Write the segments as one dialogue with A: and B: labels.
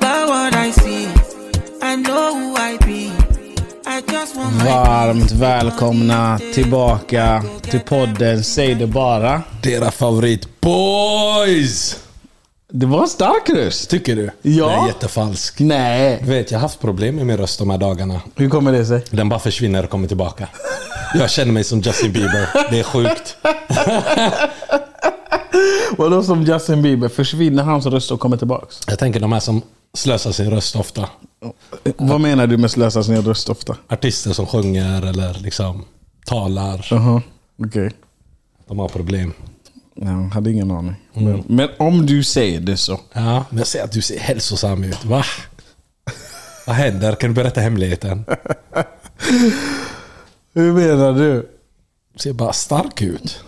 A: by what I see. I know who I be. I just want my
B: Varmt välkomna tillbaka till podden Säg det bara.
C: Era favorit boys!
B: Det var en stark röst.
C: Tycker du?
B: Ja.
C: Den är jättefalsk.
B: Nej.
C: Vet, jag har haft problem med min röst de här dagarna.
B: Hur kommer det sig?
C: Den bara försvinner och kommer tillbaka. Jag känner mig som Justin Bieber. Det är sjukt.
B: Vadå som Justin Bieber? Försvinner hans röst och kommer tillbaks?
C: Jag tänker de här som slösar sin röst ofta.
B: Vad menar du med slösa sin röst ofta?
C: Artister som sjunger eller liksom talar.
B: Jaha, okej.
C: De har problem.
B: Ja, jag hade ingen aning. Men, men om du säger det så.
C: Ja, men jag ser att du ser hälsosam ut. Va? Vad händer? Kan du berätta hemligheten?
B: Hur menar du?
C: Du ser bara stark ut.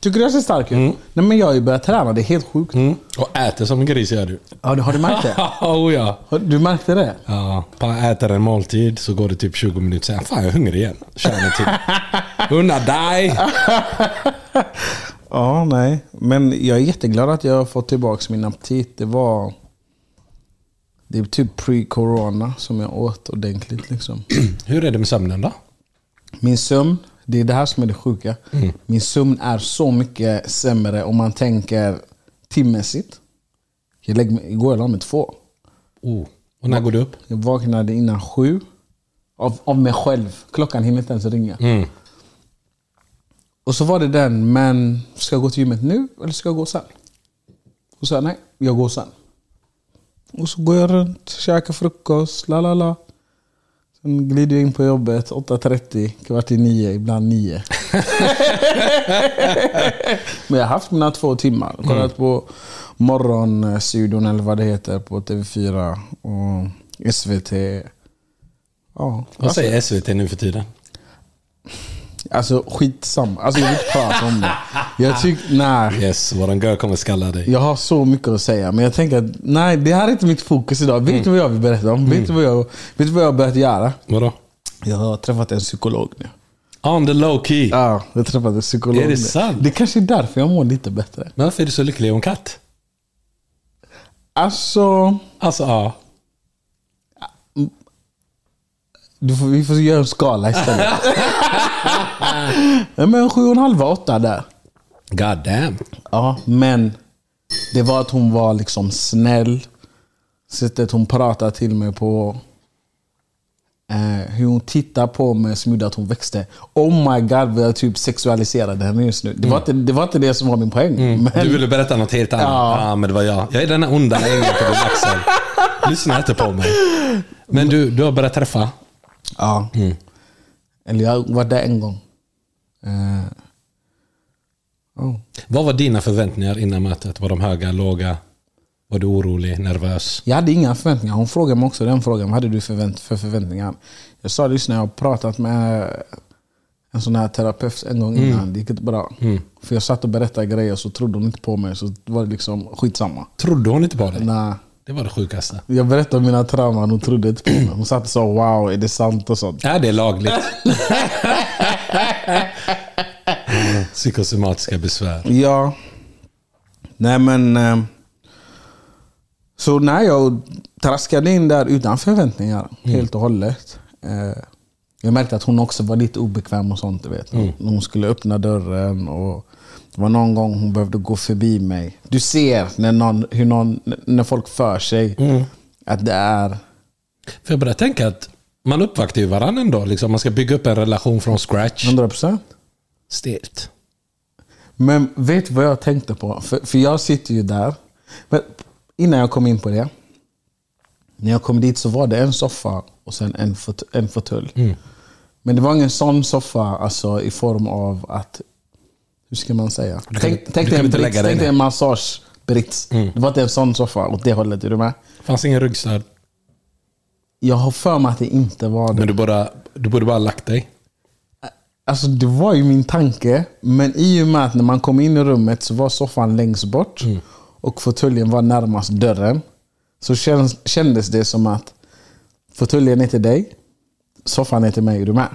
B: Tycker du jag ser stark ut? Nej men jag har ju börjat träna, det är helt sjukt.
C: Mm. Och äter som en gris gör du.
B: Har, du- har du märkt det?
C: oh, ja.
B: Har- Du märkte det?
C: Ja, bara äter en måltid så går det typ 20 minuter sen. Fan jag är hungrig igen. Kör en till. Unna dig!
B: Ja, nej. Men jag är jätteglad att jag har fått tillbaka min aptit. Det var... Det är typ pre-corona som jag åt ordentligt. Liksom.
C: Hur är det med sömnen då?
B: Min sömn, det är det här som är det sjuka. Min sömn är så mycket sämre om man tänker timmässigt. Jag lägger mig, igår jag la mig två.
C: Oh. Och när går du upp?
B: Jag vaknade innan sju. Av, av mig själv. Klockan hinner inte ens ringa. Och så var det den, men ska jag gå till gymmet nu eller ska jag gå sen? Och så nej, jag går sen. Och så går jag runt, käkar frukost, la la la. Sen glider jag in på jobbet 8.30, kvart i nio, ibland nio. men jag har haft mina två timmar.
C: Mm.
B: Kollat på Morgonstudion eller vad det heter på TV4 och SVT. Ja,
C: Vad säger SVT nu för tiden?
B: Alltså skitsamma. Alltså jag vill inte prata om det. Jag tycker, nej.
C: Yes, våran girl kommer skalla dig.
B: Jag har så mycket att säga, men jag tänker att nej, det här är inte mitt fokus idag. Vet du vad jag vill berätta om? Vet, du vad jag, vet du vad jag har börjat göra?
C: Vadå?
B: Jag har träffat en psykolog nu.
C: On the low key.
B: Ja, jag har träffat en psykolog
C: Är det
B: nu.
C: sant?
B: Det kanske är därför jag mår lite bättre.
C: Men varför är du så lycklig om katt?
B: Alltså,
C: Alltså ja.
B: du får, vi får göra en skala istället. Nej, men sju och en halv, åtta där.
C: God damn.
B: Ja, men det var att hon var liksom snäll. Sättet hon pratade till mig på. Eh, hur hon tittade på mig som gjorde att hon växte. Oh my god vad jag typ sexualiserade henne just nu. Det var, inte, det, var inte det som var min poäng. Men,
C: Du ville berätta något helt annat. Ja.
B: Ja.
C: men det var jag. Jag är den här onda ängeln på din axel. Lyssna inte på mig. Men du, du har börjat träffa.
B: ja. Eller jag var där en gång. Eh,
C: Vad var dina förväntningar innan mötet? Var de höga, låga? Var du orolig, nervös?
B: Jag hade inga förväntningar. Hon frågade mig också den frågan. Vad hade du förvänt för förväntningar? Jag sa det just när jag har pratat med en sån här terapeut en gång innan. Det gick inte bra. För jag satt och berättade grejer så trodde hon inte på mig. Så var det liksom skitsamma.
C: Trodde hon inte på dig?
B: Nej.
C: Det var det sjukaste.
B: Jag berättade om mina trauman, hon trodde inte på mig. Hon satt och sa wow, är det sant och sånt.
C: Är det lagligt? Psykosomatiska besvär.
B: Ja. Nej men. eh, Så när jag traskade in där utan förväntningar helt och hållet. eh, Jag märkte att hon också var lite obekväm och sånt. Du vet. När Hon skulle öppna dörren och det var någon gång hon behövde gå förbi mig. Du ser när, någon, hur någon, när folk för sig att det är...
C: För jag börjar tänka att man uppvaktar ju varandra ändå. Liksom. Man ska bygga upp en relation från scratch.
B: 100%.
C: Stelt.
B: Men vet du vad jag tänkte på? För, för jag sitter ju där. Men innan jag kom in på det. När jag kom dit så var det en soffa och sen en, fot, en fåtölj.
C: Mm.
B: Men det var ingen sån soffa alltså, i form av att... Hur ska man säga?
C: Du kan-
B: tänk
C: du
B: tänk
C: kan
B: dig en,
C: inte lägga
B: brits,
C: dig
B: tänk dig
C: ner. Mm.
B: en massage brits. Det var inte en sån soffa åt det hållet. Är du med?
C: Fanns ingen ryggstöd.
B: Jag har för mig att det inte var det.
C: Men du borde, du borde bara lagt dig.
B: Alltså det var ju min tanke, men i och med att när man kom in i rummet så var soffan längst bort och fåtöljen var närmast dörren. Så känns, kändes det som att fåtöljen är till dig, soffan är till mig, är du med?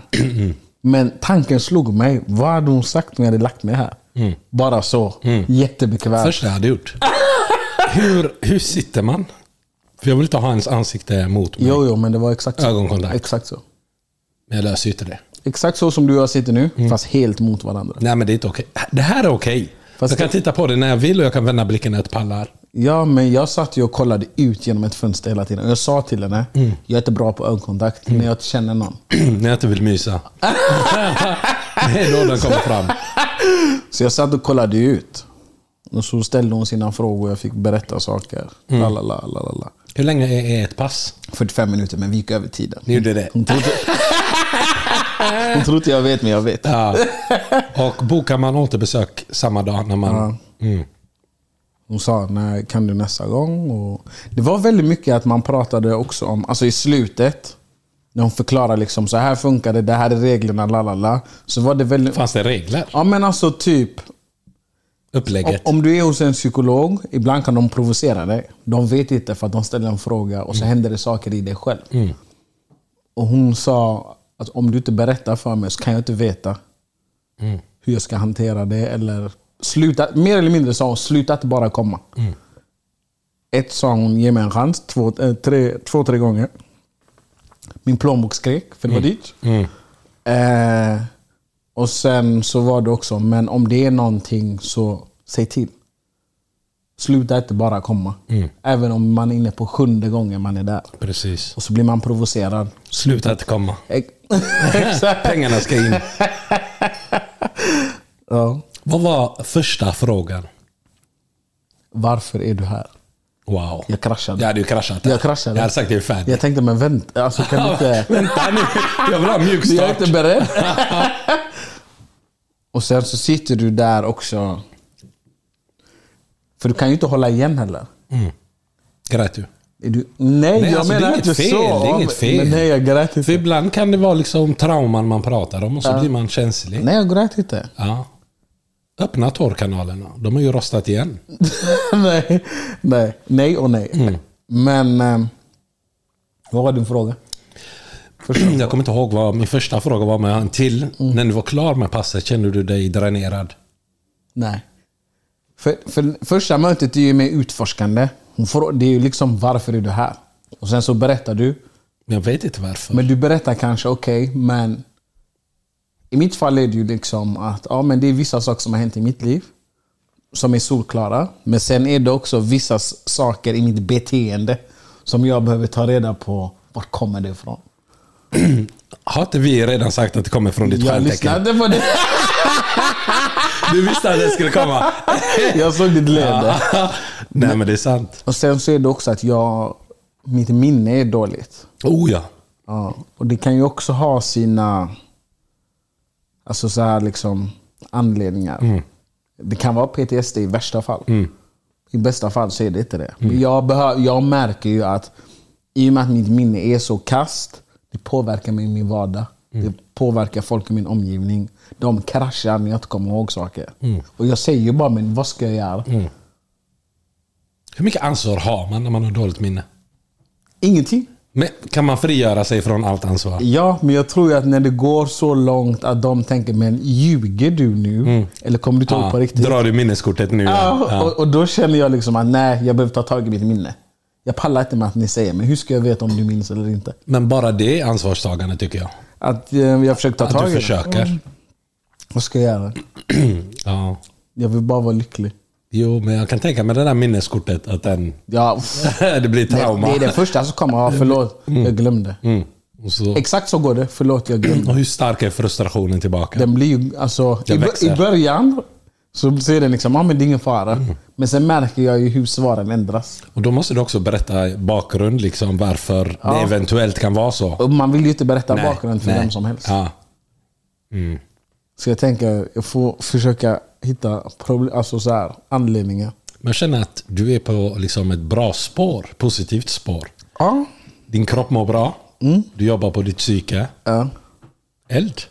B: Men tanken slog mig, vad hade hon sagt om jag hade lagt mig här? Bara så, jättebekvämt.
C: Första jag hade gjort. Hur, hur sitter man? För jag vill inte ha hans ansikte mot mig.
B: Jo, jo, men det var exakt så.
C: Ögonkontakt.
B: Exakt så.
C: Men jag löser ju inte det.
B: Exakt så som du och jag sitter nu, fast helt mot varandra.
C: Nej men det är inte okej. Det här är okej.
B: Fast
C: jag kan
B: det-
C: titta på det när jag vill och jag kan vända blicken när jag pallar.
B: Ja, men jag satt ju och kollade ut genom ett fönster hela tiden. Och jag sa till henne,
C: Mm.
B: jag är inte bra på ögonkontakt när Mm, jag känner någon.
C: när jag inte vill mysa. det är då den kommer fram.
B: Så jag satt och kollade ut. Och så ställde hon sina frågor och jag fick berätta saker.
C: Mm.
B: La, la, la, la, la, la.
C: Hur länge är är ett pass?
B: 45 minuter, men vi gick över tiden.
C: Ni gjorde det?
B: Hon trodde, hon trodde jag vet, men jag vet.
C: Ja. Och bokar man återbesök samma dag när man...
B: Hon sa, när kan du nästa gång? Och det var väldigt mycket att man pratade också om, alltså i slutet, när hon förklarade liksom, så här funkar det, det här är reglerna, la la la. Så var det väldigt...
C: Fanns det regler?
B: Ja men alltså typ, om,
C: Upplägget?
B: om du är hos en psykolog, ibland kan de provocera dig. De vet inte för att de ställer en fråga och så händer det saker i dig själv. Och hon sa att om du inte berättar för mig så kan jag inte veta hur jag ska hantera det. Eller sluta, mer eller mindre sa hon, sluta att bara komma. Ett sa hon, ge mig en chans. Två, eh, tre, två tre gånger. Min plånbok skrek, för det var dyrt. Eh, och sen så var det också, men om det är någonting så säg till. Sluta inte bara komma.
C: Mm.
B: Även om man är inne på sjunde gången man är där.
C: Precis.
B: Och så blir man provocerad.
C: Sluta att komma.
B: Ex- Exakt.
C: Pengarna ska in.
B: ja.
C: Vad var första frågan?
B: Varför är du här?
C: Wow.
B: Jag kraschade.
C: Jag hade ju kraschat.
B: Jag kraschade.
C: Jag hade sagt det är färdigt.
B: Jag tänkte, men vänta. Alltså, kan du inte...
C: Vänta nu. Jag vill ha en mjuk
B: Jag är inte
C: start.
B: beredd. och sen så sitter du där också. För du kan ju inte hålla igen heller.
C: Grät du?
B: Är du, nej, jag
C: alltså, det är
B: menar
C: inget
B: inte
C: fel,
B: så.
C: det är
B: Ja,
C: inget
B: men-
C: fel.
B: Men nej, jag grät
C: För
B: inte.
C: ibland kan det vara liksom trauman man pratar om och så blir man känslig.
B: Nej, jag grät inte.
C: Ja. Öppna tårkanalerna. De har ju rostat igen.
B: nej, nej, nej och nej.
C: Mm.
B: Men... ehm, vad var din fråga?
C: Jag kommer inte ihåg vad min första fråga var, men jag har en till.
B: Mm.
C: När du var klar med passet, kände du dig dränerad?
B: Nej. För, för första mötet är ju mer utforskande. Hon frå- det är ju liksom varför är du här? Och sen så berättar du.
C: Men Jag vet inte varför.
B: Men du berättar kanske, okej, men i mitt fall är det ju liksom att ja, men det är vissa saker som har hänt i mitt liv som är solklara. Men sen är det också vissa s- saker i mitt beteende som jag behöver ta reda på. Vart kommer det ifrån?
C: Har inte vi redan sagt att det kommer från ditt
B: Jag
C: stjärntecken?
B: lyssnade på det.
C: Du visste att det skulle komma.
B: Jag såg ditt leende.
C: Ja. Nej, men det är sant.
B: Och sen så är det också att jag, mitt minne är dåligt.
C: Oh ja.
B: Ja, och det kan ju också ha sina alltså så här liksom, anledningar. Det kan vara PTSD i värsta fall. I bästa fall så är det inte det. Men jag, behö- jag märker ju att i och med att mitt minne är så kast, det påverkar mig i min vardag. Det påverkar folk i min omgivning. De kraschar när jag inte kommer ihåg saker. Och jag säger ju bara, men vad ska jag göra?
C: Hur mycket ansvar har man när man har dåligt minne?
B: Ingenting.
C: Men kan man frigöra sig från allt ansvar?
B: Ja, men jag tror ju att när det går så långt att de tänker, men ljuger du nu? Eller kommer du ta ihåg på riktigt?
C: drar du minneskortet nu?
B: Ja,
C: Mm. Ja.
B: Och, och då känner jag liksom att nej, jag behöver ta tag i mitt minne. Jag pallar inte med att ni säger, men hur ska jag veta om du minns eller inte?
C: Men bara det är ansvarstagande tycker jag.
B: Att eh, jag försöker ta
C: Att
B: tag
C: du
B: i det. Mm.
C: försöker.
B: Vad ska jag göra?
C: Ja.
B: Jag vill bara vara lycklig.
C: Jo, men jag kan tänka mig det där minneskortet att den...
B: Ja, pff,
C: det blir
B: det,
C: trauma.
B: det är det första som kommer. Ja, förlåt, jag glömde.
C: Mm. Och, så,
B: Exakt så går det. Förlåt, jag glömde.
C: och hur stark är frustrationen tillbaka?
B: Den blir ju, alltså, i,
C: Den
B: bör-
C: växer. Mm.
B: I början så ser den liksom, ja men det är ingen fara. Men sen märker jag ju hur svaren ändras.
C: Och då måste du också berätta bakgrund, liksom varför det eventuellt kan vara så.
B: Och man vill ju inte berätta
C: Nej,
B: bakgrunden för
C: nej.
B: vem som helst.
C: Ja.
B: Så jag tänker, jag får försöka hitta problem, alltså så här, anledningar.
C: Men känner att du är på liksom ett bra spår, positivt spår.
B: Ja.
C: Din kropp mår bra. Du jobbar på ditt psyke.
B: Mm. ja.
C: Eld.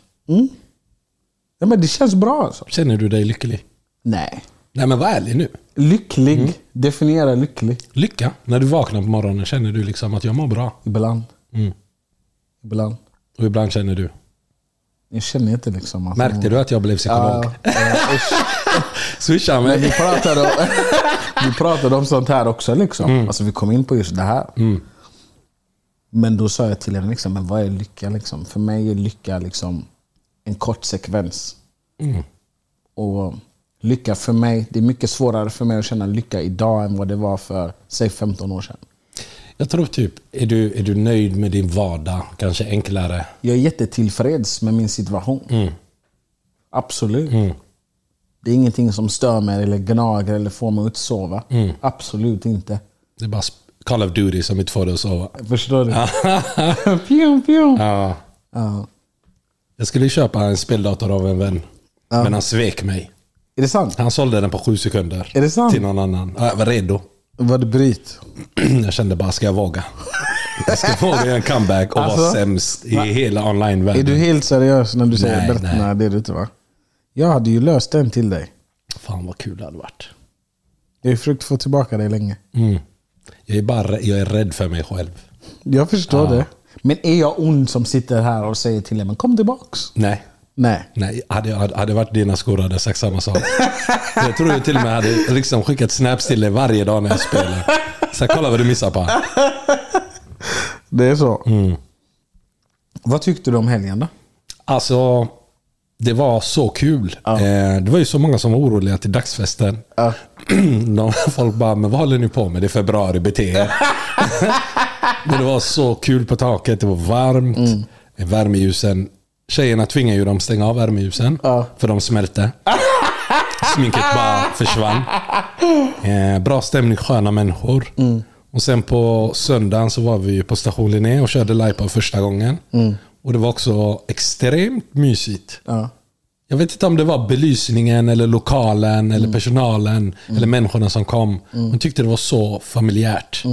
B: ja men det känns bra alltså.
C: Känner du dig lycklig?
B: Nej.
C: Nej Mm. men var ärlig nu.
B: Lycklig. Definiera lycklig.
C: Lycka. När du vaknar på morgonen känner du liksom att jag mår bra.
B: Ibland.
C: Mm.
B: Ibland.
C: Och ibland känner du.
B: Jag känner inte liksom att...
C: Märkte du att jag blev psykolog?
B: Ja, ja, usch.
C: Swisha
B: Men
C: mig.
B: vi pratade, om, vi pratade om sånt här också. Liksom. Alltså, vi kom in på just det här. Men då sa jag till henne, liksom, men vad är lycka? Liksom? För mig är lycka liksom, en kort sekvens. Och um, lycka för mig, Det är mycket svårare för mig att känna lycka idag än vad det var för säg 15 år sedan.
C: Jag tror typ, är du, är du nöjd med din vardag? Kanske enklare?
B: Jag är jättetillfreds med min situation. Absolut. Det är ingenting som stör mig, eller gnager eller får mig att sova. Absolut inte.
C: Det är bara sp- Call of Duty som inte får dig att sova.
B: Förstår du? pjum, pjum.
C: Ja. Jag skulle ju köpa en speldator av en vän. Men han svek mig.
B: Är det sant?
C: Han sålde den på sju sekunder.
B: Är det sant?
C: Till någon annan. Ja, Jag var redo.
B: Var det bryt?
C: Jag kände bara, ska jag våga? Jag ska våga göra en comeback och vara
B: Alltså?
C: sämst i hela
B: Är du
C: online-världen.
B: helt seriös när du säger
C: Nej,
B: Bert?
C: nej.
B: Nej. det är du inte va? Jag hade ju löst den till dig.
C: Fan vad kul det hade varit.
B: Jag har ju försökt få tillbaka dig länge.
C: Jag är, bara, rä- jag är rädd för mig själv.
B: Jag förstår det. Men är jag ond som sitter här och säger till dig, men kom tillbaks?
C: Nej.
B: Nej.
C: Nej, hade jag hade hade jag varit i dina skor hade jag sagt samma sak. Jag tror jag till och med hade liksom skickat snaps till dig varje dag när jag spelar. Så här, kolla vad du missar på.
B: Det är så.
C: Mm.
B: Vad tyckte du om helgen då?
C: Alltså, det var så kul. Eh, Det var ju så många som var oroliga till dagsfesten. De, folk bara, men vad håller ni på med? Det är februari, bete er." Men det var så kul på taket. Det var varmt. Eh, Värmeljusen. Tjejerna tvingade ju dem stänga av värmeljusen. För de smälte. Sminket bara försvann. Eh, bra stämning, sköna människor. Och sen på söndagen så var vi ju på station Linné och körde live för första gången. Och det var också extremt mysigt. Jag vet inte om det var belysningen, eller lokalen, eller personalen, eller människorna som kom. Man tyckte det var så familjärt.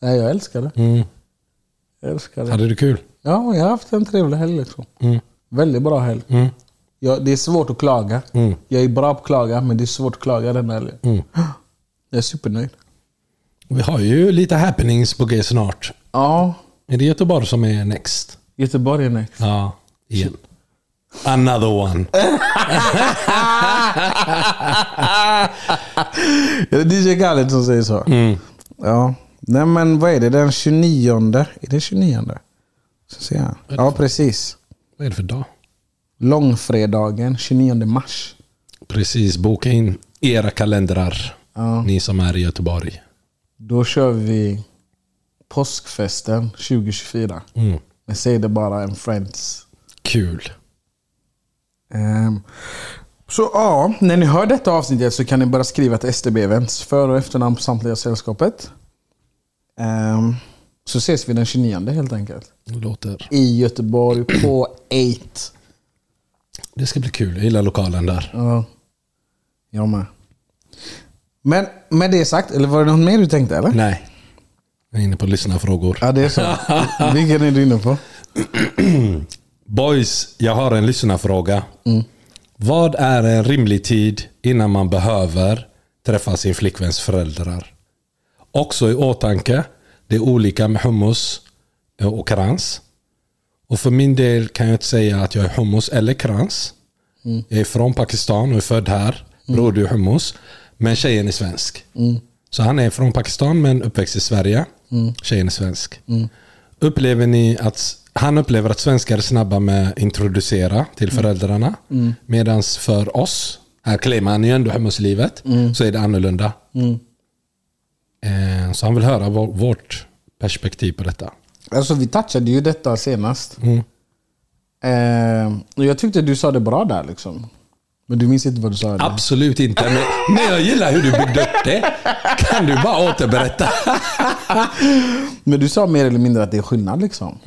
B: Nej, jag älskar det.
C: Mm.
B: Jag älskar det.
C: Hade du kul?
B: Ja, jag har haft en trevlig helg. Liksom. Väldigt bra helg. Ja, det är svårt att klaga. Jag är bra på att klaga, men det är svårt att klaga den här helgen. Jag är supernöjd.
C: Vi har ju lite happenings på G snart.
B: Ja,
C: Är det Göteborg som är next?
B: Göteborg är next.
C: Ja, igen. Another one.
B: Är det DJ Khaled som säger så? Ja. Nej men vad är det? Den 29? Är det 29? Så ser jag. Ja precis.
C: Vad är det för dag?
B: Långfredagen 29 mars.
C: Precis, boka in era kalendrar. Ni som är i Göteborg.
B: Då kör vi påskfesten 2024.
C: Mm.
B: Men säg det bara en friends.
C: Kul.
B: Ehm, så ja, när ni hör detta avsnittet så kan ni börja skriva till STB Events. För och efternamn på samtliga i sällskapet. Ehm, så ses vi den 29 helt enkelt.
C: Det låter.
B: i Göteborg på 8.
C: Det ska bli kul. Jag gillar lokalen där.
B: Ja, jag med. Men med det sagt, eller var det något mer du tänkte eller?
C: Nej. Jag är inne på lyssnarfrågor.
B: Ja det är så. Vilken är du inne på?
C: Boys, jag har en lyssnarfråga. Vad är en rimlig tid innan man behöver träffa sin flickväns föräldrar? Också i åtanke, det är olika med hummus och krans. Och för min del kan jag inte säga att jag är hummus eller krans. Jag är från Pakistan och är född här. Bror du är hummus. Men tjejen är svensk. Så han är från Pakistan men uppväxt i Sverige. Tjejen är svensk. Upplever ni att han upplever att svenskar är snabba med att introducera till föräldrarna. Medan för oss, här claimar han ju ändå hummuslivet, så är det annorlunda. Eh, Så han vill höra vår- vårt perspektiv på detta.
B: Alltså vi touchade ju detta senast. Eh, och jag tyckte du sa det bra där liksom. Men du minns inte vad du sa? eller?
C: Absolut inte, men, men jag gillar hur du byggde upp det. Kan du bara återberätta?
B: Men du sa mer eller mindre att det är skillnad liksom.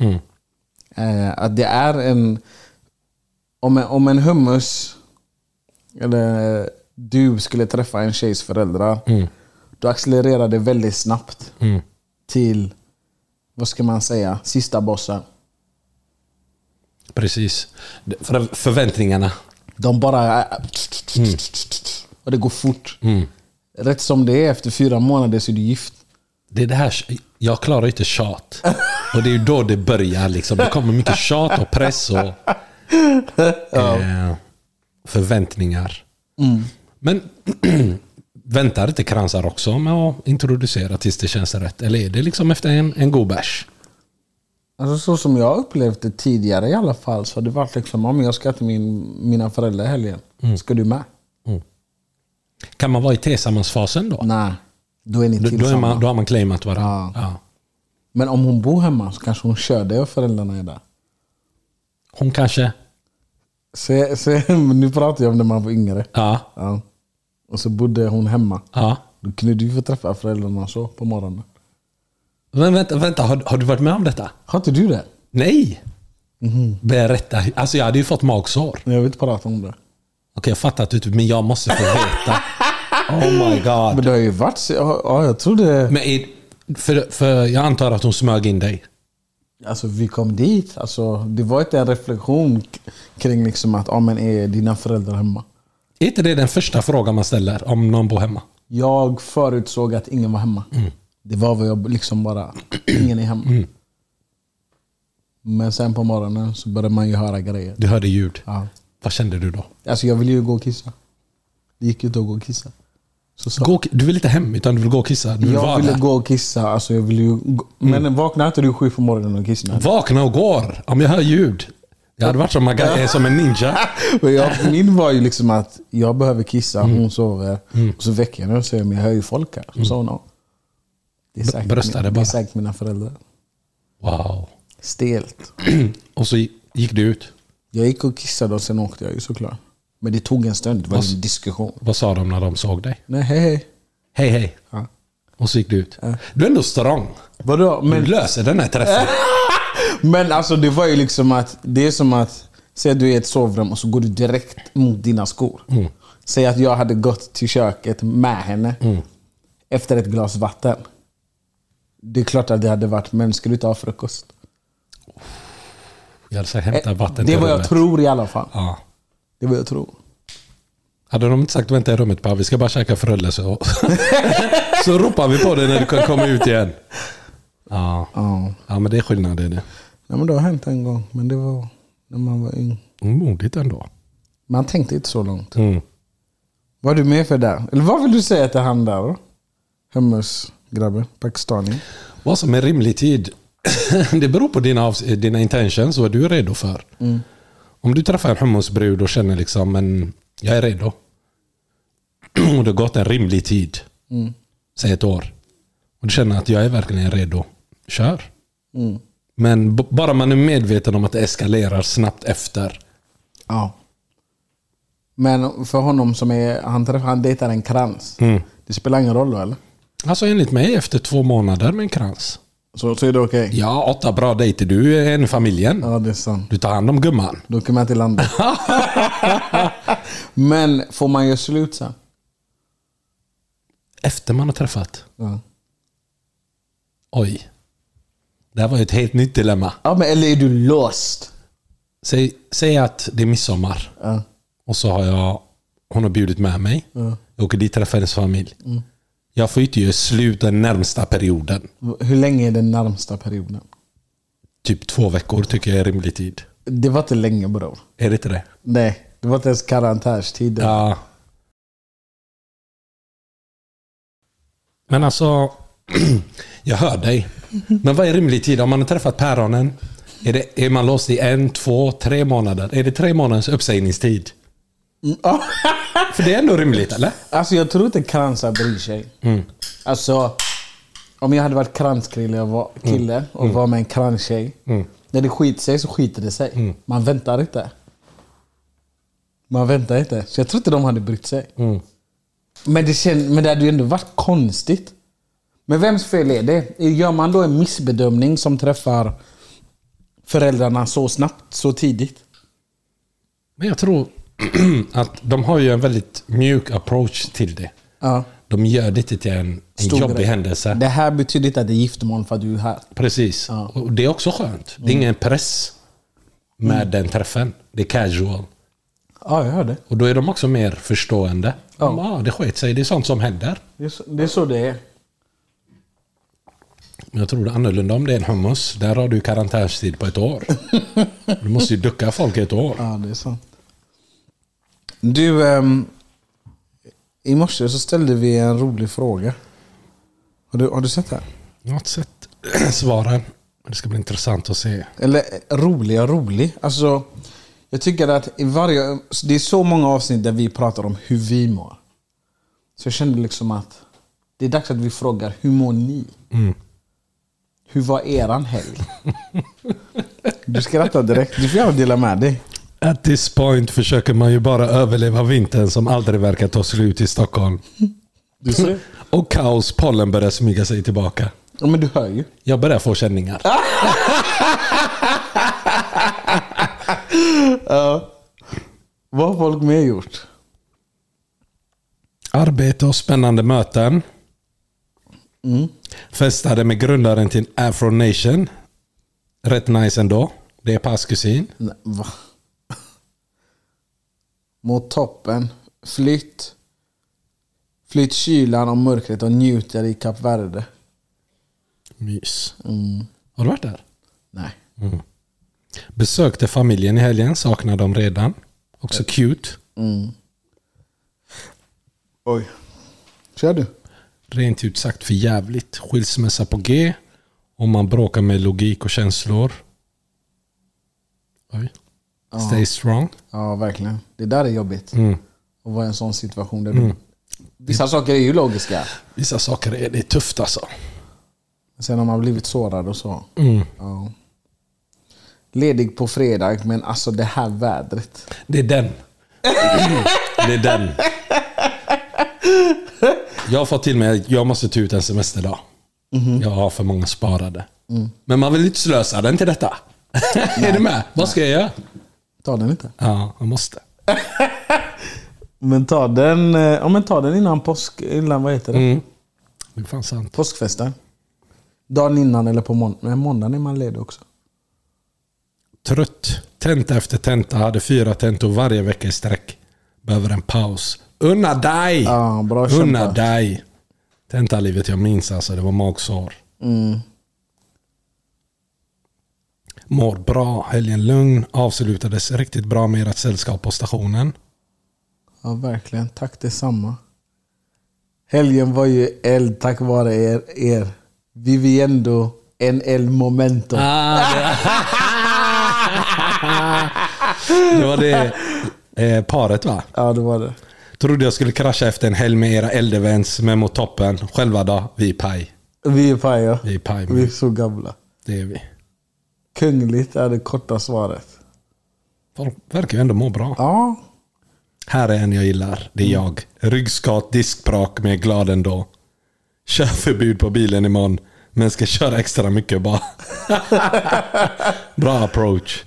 B: Eh, att det är en... Om, en... om en hummus, eller du skulle träffa en tjejs föräldrar. Då accelererar det väldigt snabbt till, vad ska man säga, sista bossen.
C: Precis. För, förväntningarna.
B: De bara... Och det går fort. Rätt som det är, efter fyra månader så är du gift.
C: Det är det här, jag klarar inte tjat. Och det är ju då det börjar. Liksom. Det kommer mycket tjat och press och eh, förväntningar.
B: Mm.
C: Men väntar inte kransar också med att introducera tills det känns rätt? Eller är det liksom efter en, en god bärs?
B: Alltså så som jag upplevt det tidigare i alla fall så har det varit liksom om jag ska till min, mina föräldrar i helgen. Ska du med?
C: Kan man vara i tillsammansfasen då?
B: Nej. Då är ni
C: Då, då, är
B: tillsammans.
C: man, då har man claimat varandra.
B: Ja.
C: Ja.
B: Men om hon bor hemma så kanske hon kör dig och föräldrarna är där.
C: Hon kanske...
B: Så, så, nu pratar jag om när man var yngre.
C: Ja.
B: Ja. Och så bodde hon hemma.
C: ja.
B: Då kunde du få träffa föräldrarna så på morgonen.
C: Men vänta, vänta har, har du varit med om detta?
B: Har inte du det?
C: Nej!
B: Mhm.
C: Berätta. Alltså jag hade ju fått magsår. Okej,
B: Men Jag vill inte prata om det.
C: jag fattar att du inte... Men jag måste få veta. oh my
B: Men
C: god.
B: det har ju varit så- ja, ja, jag trodde...
C: Men är, för, för jag antar att hon smög in dig.
B: Alltså vi kom dit. Alltså, det var inte en reflektion k- kring liksom att ah, men är dina föräldrar hemma.
C: Är inte det den första frågan man ställer om någon bor hemma?
B: Jag förutsåg att ingen var hemma.
C: Mm.
B: Det var vad jag liksom bara, ingen är hemma. Men sen på morgonen så började man ju höra grejer.
C: Du hörde ljud.
B: Ja.
C: Vad kände du då?
B: Alltså jag ville ju gå och kissa. Det gick ju inte att gå och kissa. Så sa,
C: Gå, och- du vill inte hem, utan du vill gå och kissa. Du vill vara
B: jag ville
C: där. Mm.
B: gå och kissa. Alltså jag ville ju gå. Men vaknade inte du sju på morgonen och kissnade?
C: Vakna och går. Om jag hör ljud. Jag hade varit som, Maga- eh, som en ninja.
B: Men jag, min var ju liksom att jag behöver kissa,
C: Mm.
B: hon sover. Och så väcker jag henne och säger men jag hör ju folk här. Så sa hon ja. Det är
C: Br-
B: säkert,
C: bröstade
B: min, det är
C: bara.
B: säkert mina föräldrar.
C: Wow.
B: Stelt.
C: Och så gick du ut.
B: Jag gick och kissade och sen åkte jag ju såklart. Men det tog en stund, det var en diskussion.
C: Vad sa de när de såg dig?
B: Nej, hej hej.
C: Hej hej.
B: Ja.
C: Och så gick du ut. Du är ändå strong.
B: Vadå?
C: Du
B: Men,
C: löser den här träffen.
B: men alltså det var ju liksom att, det är som att, säg att du är i ett sovrum och så går du direkt mot dina skor.
C: Mm.
B: Säg att jag hade gått till köket med henne
C: Mm.
B: efter ett glas vatten. Det är klart att det hade varit, men ska du ta frukost? Eh,
C: Jag hade sagt hämta vatten
B: det
C: till
B: är vad jag
C: rummet.
B: tror i alla fall.
C: Ja.
B: Det är vad jag tror.
C: Hade de inte sagt vänta i rummet bara, vi ska bara käka frulle så, så ropar vi på dig när du kan komma ut igen. Ja,
B: Ja.
C: ja men det är skillnad det är det.
B: Nej, men det har hänt en gång, men det var när man var yng.
C: Mm, Modigt ändå.
B: Man tänkte inte så långt.
C: Mm.
B: Vad är du med för där? Eller vad vill du säga till han där då? Hummus-grabben, pakistani.
C: Vad som är rimlig tid, det beror på dina, avs- eh, dina intentions och vad du är redo för. Om du träffar en hummusbrud och känner liksom, men jag är redo. Och det har gått en rimlig tid. Säg ett år. Och du känner att jag är verkligen redo. Kör. Men b- bara man är medveten om att det eskalerar snabbt efter.
B: Ja. Men för honom som är, han, träffar, han dejtar en krans. Det spelar ingen roll då eller?
C: Alltså enligt mig efter två månader med en krans.
B: Så, så är det okej?
C: Ja, åtta bra dejter. Du är en i familjen.
B: Ja, det är sant.
C: Du tar hand om gumman.
B: Då kan man till landet. Men får man göra slut sen?
C: Efter man har träffat.
B: Ja.
C: Oj. Det här var ju ett helt nytt dilemma.
B: ja men eller är du lost?
C: Säg, säg att det är midsommar.
B: Ja.
C: Och så har jag, hon har bjudit med mig. Jag åker dit och träffar hennes familj.
B: Mm.
C: Jag får ju inte göra slut den närmsta perioden.
B: Hur länge är den närmsta perioden?
C: Typ två veckor tycker jag är rimlig tid.
B: Det var inte länge bror.
C: Är det inte det?
B: Nej, det var inte ens karantänstiden.
C: Ja. Men alltså, jag hör dig. Men vad är rimlig tid? Om man har träffat päronen, är, det, är man låst i en, två, tre månader? Är det tre månaders uppsägningstid?
B: Mm, Ja.
C: För det är ändå rimligt, eller?
B: Alltså jag tror inte Kransa bryr sig. Alltså, om jag hade varit kranskille och var kille och var med en kranstjej. När det skiter sig så skiter det sig. Man väntar inte. Man väntar inte. Så jag tror inte de hade brytt sig. Men, det känd, men det hade ju ändå varit konstigt. Men vems fel är det? Gör man då en missbedömning som träffar föräldrarna så snabbt, så tidigt?
C: Men jag tror att de har ju en väldigt mjuk approach till det.
B: Ja.
C: De gör det inte till en, en
B: Stor
C: jobbig
B: grej.
C: händelse.
B: Det här betyder inte att det är giftermål för att du är här.
C: Precis. Och det är också skönt. Det är ingen press med
B: Mm.
C: den träffen. Det är casual.
B: Ja, jag hör det.
C: Och då är de också mer förstående. De, ah, det sket sig, det är sånt som händer.
B: Det är så det är. Så det är.
C: Men jag tror det är annorlunda om det är en hummus. Där har du karantänstid på ett år. Du måste ju ducka folk i ett år.
B: Ja, det är sant. Du, ehm, i morse så ställde vi en rolig fråga. Har du, har du sett det här?
C: Jag har inte sett svaren. Men det ska bli intressant att se.
B: Eller eh, rolig och rolig. Alltså, jag tycker att i varje, alltså, det är så många avsnitt där vi pratar om hur vi mår. Så jag kände liksom att det är dags att vi frågar hur mår ni? Hur var eran helg? du skrattar direkt. Du får gärna dela med dig.
C: At this point försöker man ju bara överleva vintern som aldrig verkar ta slut i Stockholm.
B: Du ser.
C: Och kaos, pollen börjar smyga sig tillbaka.
B: Ja, men du hör ju.
C: Jag börjar få känningar.
B: Vad har folk mer gjort?
C: Arbete och spännande möten. Festade med grundaren till Afro Nation. Rätt nice ändå. Det är Pas kusin.
B: Nej, va? Mot toppen, flytt. Flytt kylan och mörkret och njuter i Kap Verde.
C: Mys. Har du varit där?
B: Nej.
C: Besökte familjen i helgen. Saknar dem redan. Också cute.
B: Oj. Kör du.
C: Rent ut sagt för jävligt. Skilsmässa på G. Om man bråkar med logik och känslor. Oj. Stay strong.
B: Ja, verkligen. Det där är jobbigt. Att vara i en sån situation. Där du... Vissa saker är ju logiska.
C: Vissa saker är det är tufft alltså.
B: Men Sen har man blivit sårad och så. Ja. Ledig på fredag, men alltså det här vädret.
C: Det är den. Det är den. Jag har fått till mig att jag måste ta ut en semesterdag. Jag har för många sparade. Men man vill inte slösa den till detta. är du med? Vad ska jag göra?
B: Ta den inte.
C: Ja, jag måste.
B: Men ta den, eh, ja, men ta den innan påsk... Innan, vad heter det?
C: Det är fan sant.
B: Påskfesten. Dagen innan eller på måndag. Men måndagen är man ledig också.
C: Trött. Tenta efter tenta. Hade fyra tentor varje vecka i sträck. Behöver en paus. Unna dig!
B: Ja, bra
C: Unna
B: kämpat.
C: dig! Tentalivet jag minns alltså. Det var magsår. Mår bra. Helgen lugn. Avslutades riktigt bra med ert sällskap på stationen.
B: Ja, verkligen. Tack detsamma. Helgen var ju eld tack vare er. er. Viviendo en el momento.
C: Det var det eh, paret va?
B: Ja, det var det.
C: Trodde jag skulle krascha efter en helg med era eldevents. Men mot toppen. Själva då? Vi är paj.
B: Vi är pajer.
C: Vi är paj.
B: Vi är så gamla.
C: Det är vi.
B: Kungligt är det korta svaret.
C: Folk verkar ju ändå må bra.
B: Ja,
C: Här är en jag gillar. Det är jag. Ryggskat, diskbrak, men jag är glad ändå. Körförbud på bilen imorgon, men ska köra extra mycket bara. Bra approach.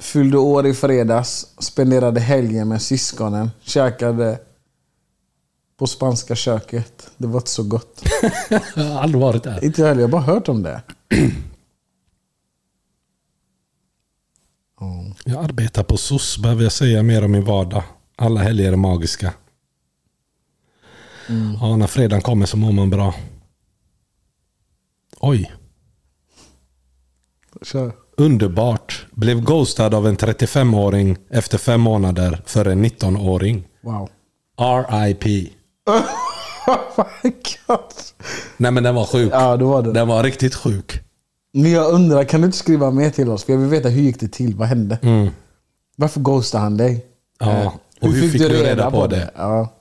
B: fyllde år i fredags. Spenderade helgen med syskonen. Käkade På spanska köket. Det var inte så gott.
C: Jag har aldrig varit där.
B: inte jag heller, jag har bara hört om det.
C: Jag arbetar på SOS, behöver jag säga mer om min vardag. Alla helger är magiska. Ja, när fredagen kommer så mår man bra. Oj.
B: Kör.
C: Underbart. Blev ghostad av en 35-åring efter fem månader för en 19-åring.
B: Wow.
C: RIP.
B: Oh my God.
C: Nej men den var sjuk.
B: Ja, det var det.
C: Den var riktigt sjuk.
B: Men jag undrar, kan du inte skriva mer till oss? För jag vill veta hur gick det till? Vad hände? Varför ghostade han dig?
C: Mm. Ja.
B: Eh,
C: Och hur fick du reda på det?
B: Ja.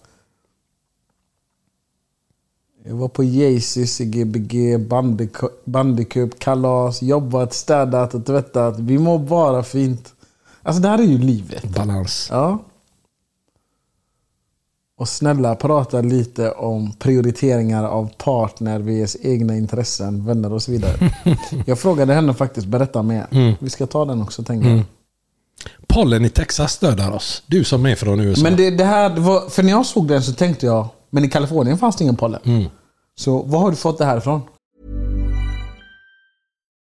B: Jag var på Jaycees i Gbg, bandyco- bandycup, kalas, jobbat, städat och tvättat. Vi mår bara fint. Alltså det här är ju livet.
C: Balans.
B: Ja. Och snälla prata lite om prioriteringar av partner, vs egna intressen, vänner och så vidare. jag frågade henne faktiskt, berätta mer. Vi ska ta den också tänker jag.
C: Pollen i Texas stödar oss. Du som är från USA.
B: Men det, det här, det var, för när jag såg den så tänkte jag, men i Kalifornien fanns det ingen pollen. Så var har du fått det här ifrån?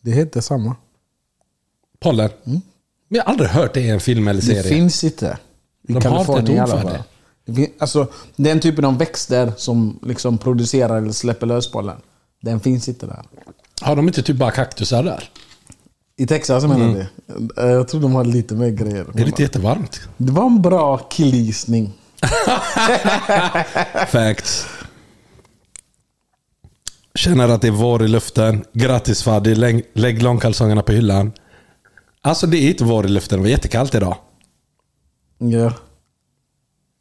B: det heter samma.
C: Pollen? Men jag har aldrig hört det i en film eller
B: Mm. Det
C: serie.
B: finns inte. I
C: De har inte ett
B: Kalifornien i
C: ord för
B: alla fall.
C: det.
B: Det fin- Alltså, den typen av växter som liksom producerar eller släpper lös pollen. Den finns inte där.
C: Har de inte typ bara kaktusar där?
B: I Texas menar du? Eh, Jag tror de har lite mer grejer.
C: Mm. Det är lite jättevarmt.
B: Det var en bra killgissning.
C: Facts. Känner att det är vår i luften. Grattis Fadi. Lägg, lägg långkalsongerna på hyllan. Alltså det är inte vår i luften. Det var jättekallt idag.
B: Ja.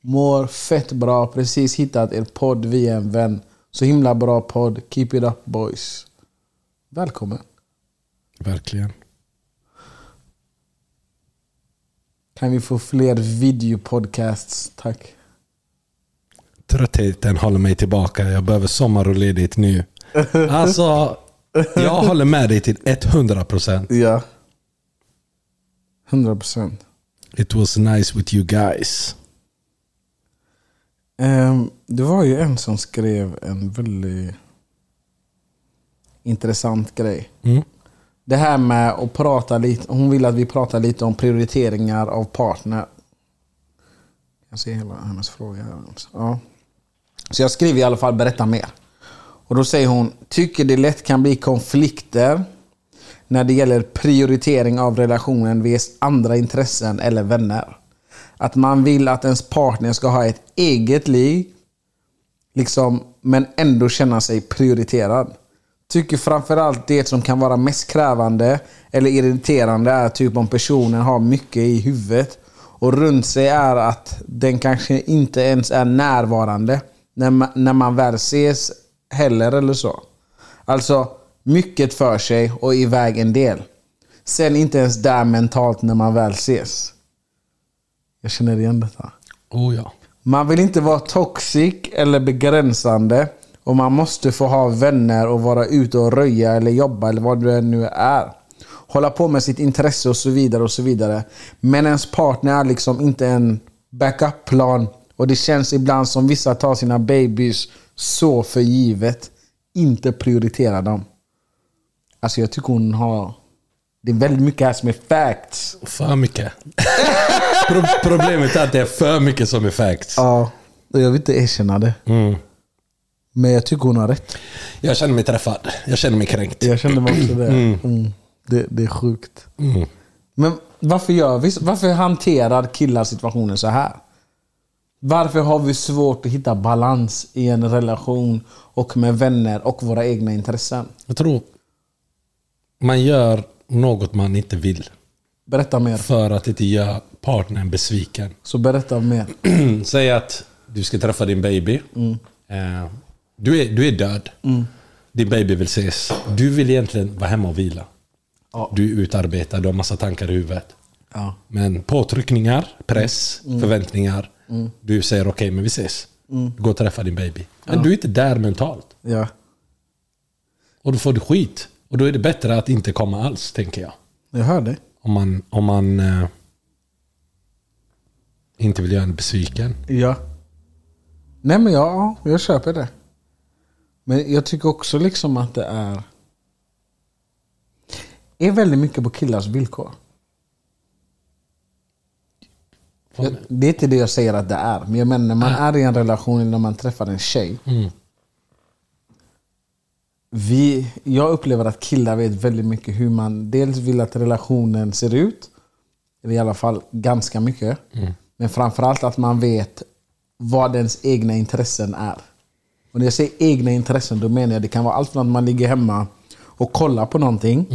B: Mår fett bra. Precis hittat er podd via en vän. Så himla bra podd. Keep it up boys. Välkommen.
C: Verkligen.
B: Kan vi få fler videopodcasts? Tack.
C: Tröttheten håller mig tillbaka. Jag behöver sommar och ledigt nu. Alltså, jag håller med dig till 100%.
B: Ja. 100 procent.
C: It was nice with you guys.
B: Ehm, det var ju en som skrev en väldigt intressant grej. Det här med att prata lite. Hon vill att vi pratar lite om prioriteringar av partner. Jag ser hela hennes fråga här. också. Ja. Så jag skriver i alla fall berätta mer. Och då säger hon, tycker det lätt kan bli konflikter när det gäller prioritering av relationen vs andra intressen eller vänner. Att man vill att ens partner ska ha ett eget liv, liksom, men ändå känna sig prioriterad. Tycker framförallt det som kan vara mest krävande eller irriterande är typ om personen har mycket i huvudet och runt sig är att den kanske inte ens är närvarande när man, när man väl ses heller eller så. Alltså, mycket för sig och iväg en del. Sen inte ens där mentalt när man väl ses. Jag känner igen detta.
C: Oh ja.
B: Man vill inte vara toxic eller begränsande. Och man måste få ha vänner och vara ute och röja eller jobba eller vad det nu är. Hålla på med sitt intresse och så vidare. och så vidare. Men ens partner är liksom inte en backup-plan. Och det känns ibland som vissa tar sina babies så för givet. Inte prioriterar dem. Alltså jag tycker hon har... Det är väldigt mycket här som är facts.
C: För mycket. Pro- problemet är att det är för mycket som är facts.
B: Ja, och jag vill inte erkänna det. Men jag tycker hon har rätt.
C: Jag känner mig träffad. Jag känner mig kränkt.
B: Jag kände mig också det. Mm. Det, det är sjukt. Men varför gör vi så- Varför hanterar killar situationen så här? Varför har vi svårt att hitta balans i en relation och med vänner och våra egna intressen?
C: Jag tror man gör något man inte vill.
B: Berätta mer.
C: För att inte göra partnern besviken.
B: Så berätta mer.
C: Säg att du ska träffa din baby. Eh, Du, är, du är död. Din baby vill ses. Du vill egentligen vara hemma och vila.
B: Ja.
C: Du är utarbetad, du har massa tankar i huvudet.
B: Ja.
C: Men påtryckningar, press, förväntningar. Du säger okej, men vi ses. Gå och träffa din baby. Men du är inte där mentalt.
B: Ja.
C: Och då får du skit. Och då är det bättre att inte komma alls, tänker jag.
B: Jag hör dig.
C: Om man, om man eh, inte vill göra en besviken.
B: Ja. Nej men ja, jag köper det. Men jag tycker också liksom att det är... är väldigt mycket på killars villkor. Jag, det är inte det jag säger att det är. Men jag menar när man är i en relation eller när man träffar en tjej. Vi, jag upplever att killar vet väldigt mycket hur man dels vill att relationen ser ut. Eller i alla fall ganska mycket. Men framförallt att man vet vad ens egna intressen är. Och när jag säger egna intressen då menar jag det kan vara allt från att man ligger hemma och kollar på någonting.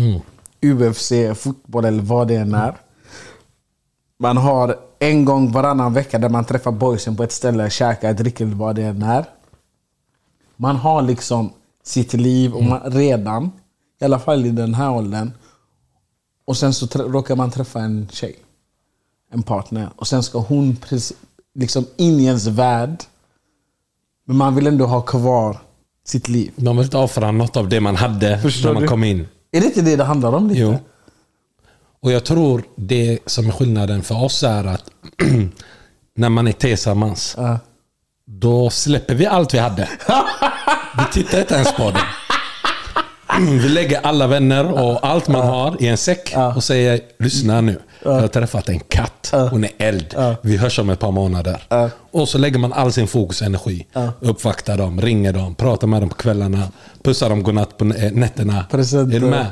B: UFC, fotboll eller vad det än är. Man har en gång varannan vecka där man träffar boysen på ett ställe, käkar, dricker eller vad det än är. Man har liksom sitt liv och man, redan, i alla fall i den här åldern. Och sen så trä- råkar man träffa en tjej, en partner. Och sen ska hon precis, liksom in i ens värld. Men man vill ändå ha kvar sitt liv.
C: Man vill inte offra något av det man hade
B: Förstår
C: när man
B: du?
C: kom in.
B: Är det inte det det handlar om? lite?
C: Jo. Och jag tror det som är skillnaden för oss är att när man är tillsammans, då släpper vi allt vi hade. Vi tittar inte ens på det. Mm, Vi lägger alla vänner och allt man har i en säck och säger lyssna nu. Jag har träffat en katt. Hon är eld. Vi hörs om ett par månader. Och så lägger man all sin fokus och energi. Uppvaktar dem, ringer dem, pratar med dem på kvällarna. Pussar dem godnatt på eh, nätterna.
B: Presenter.
C: Är du med?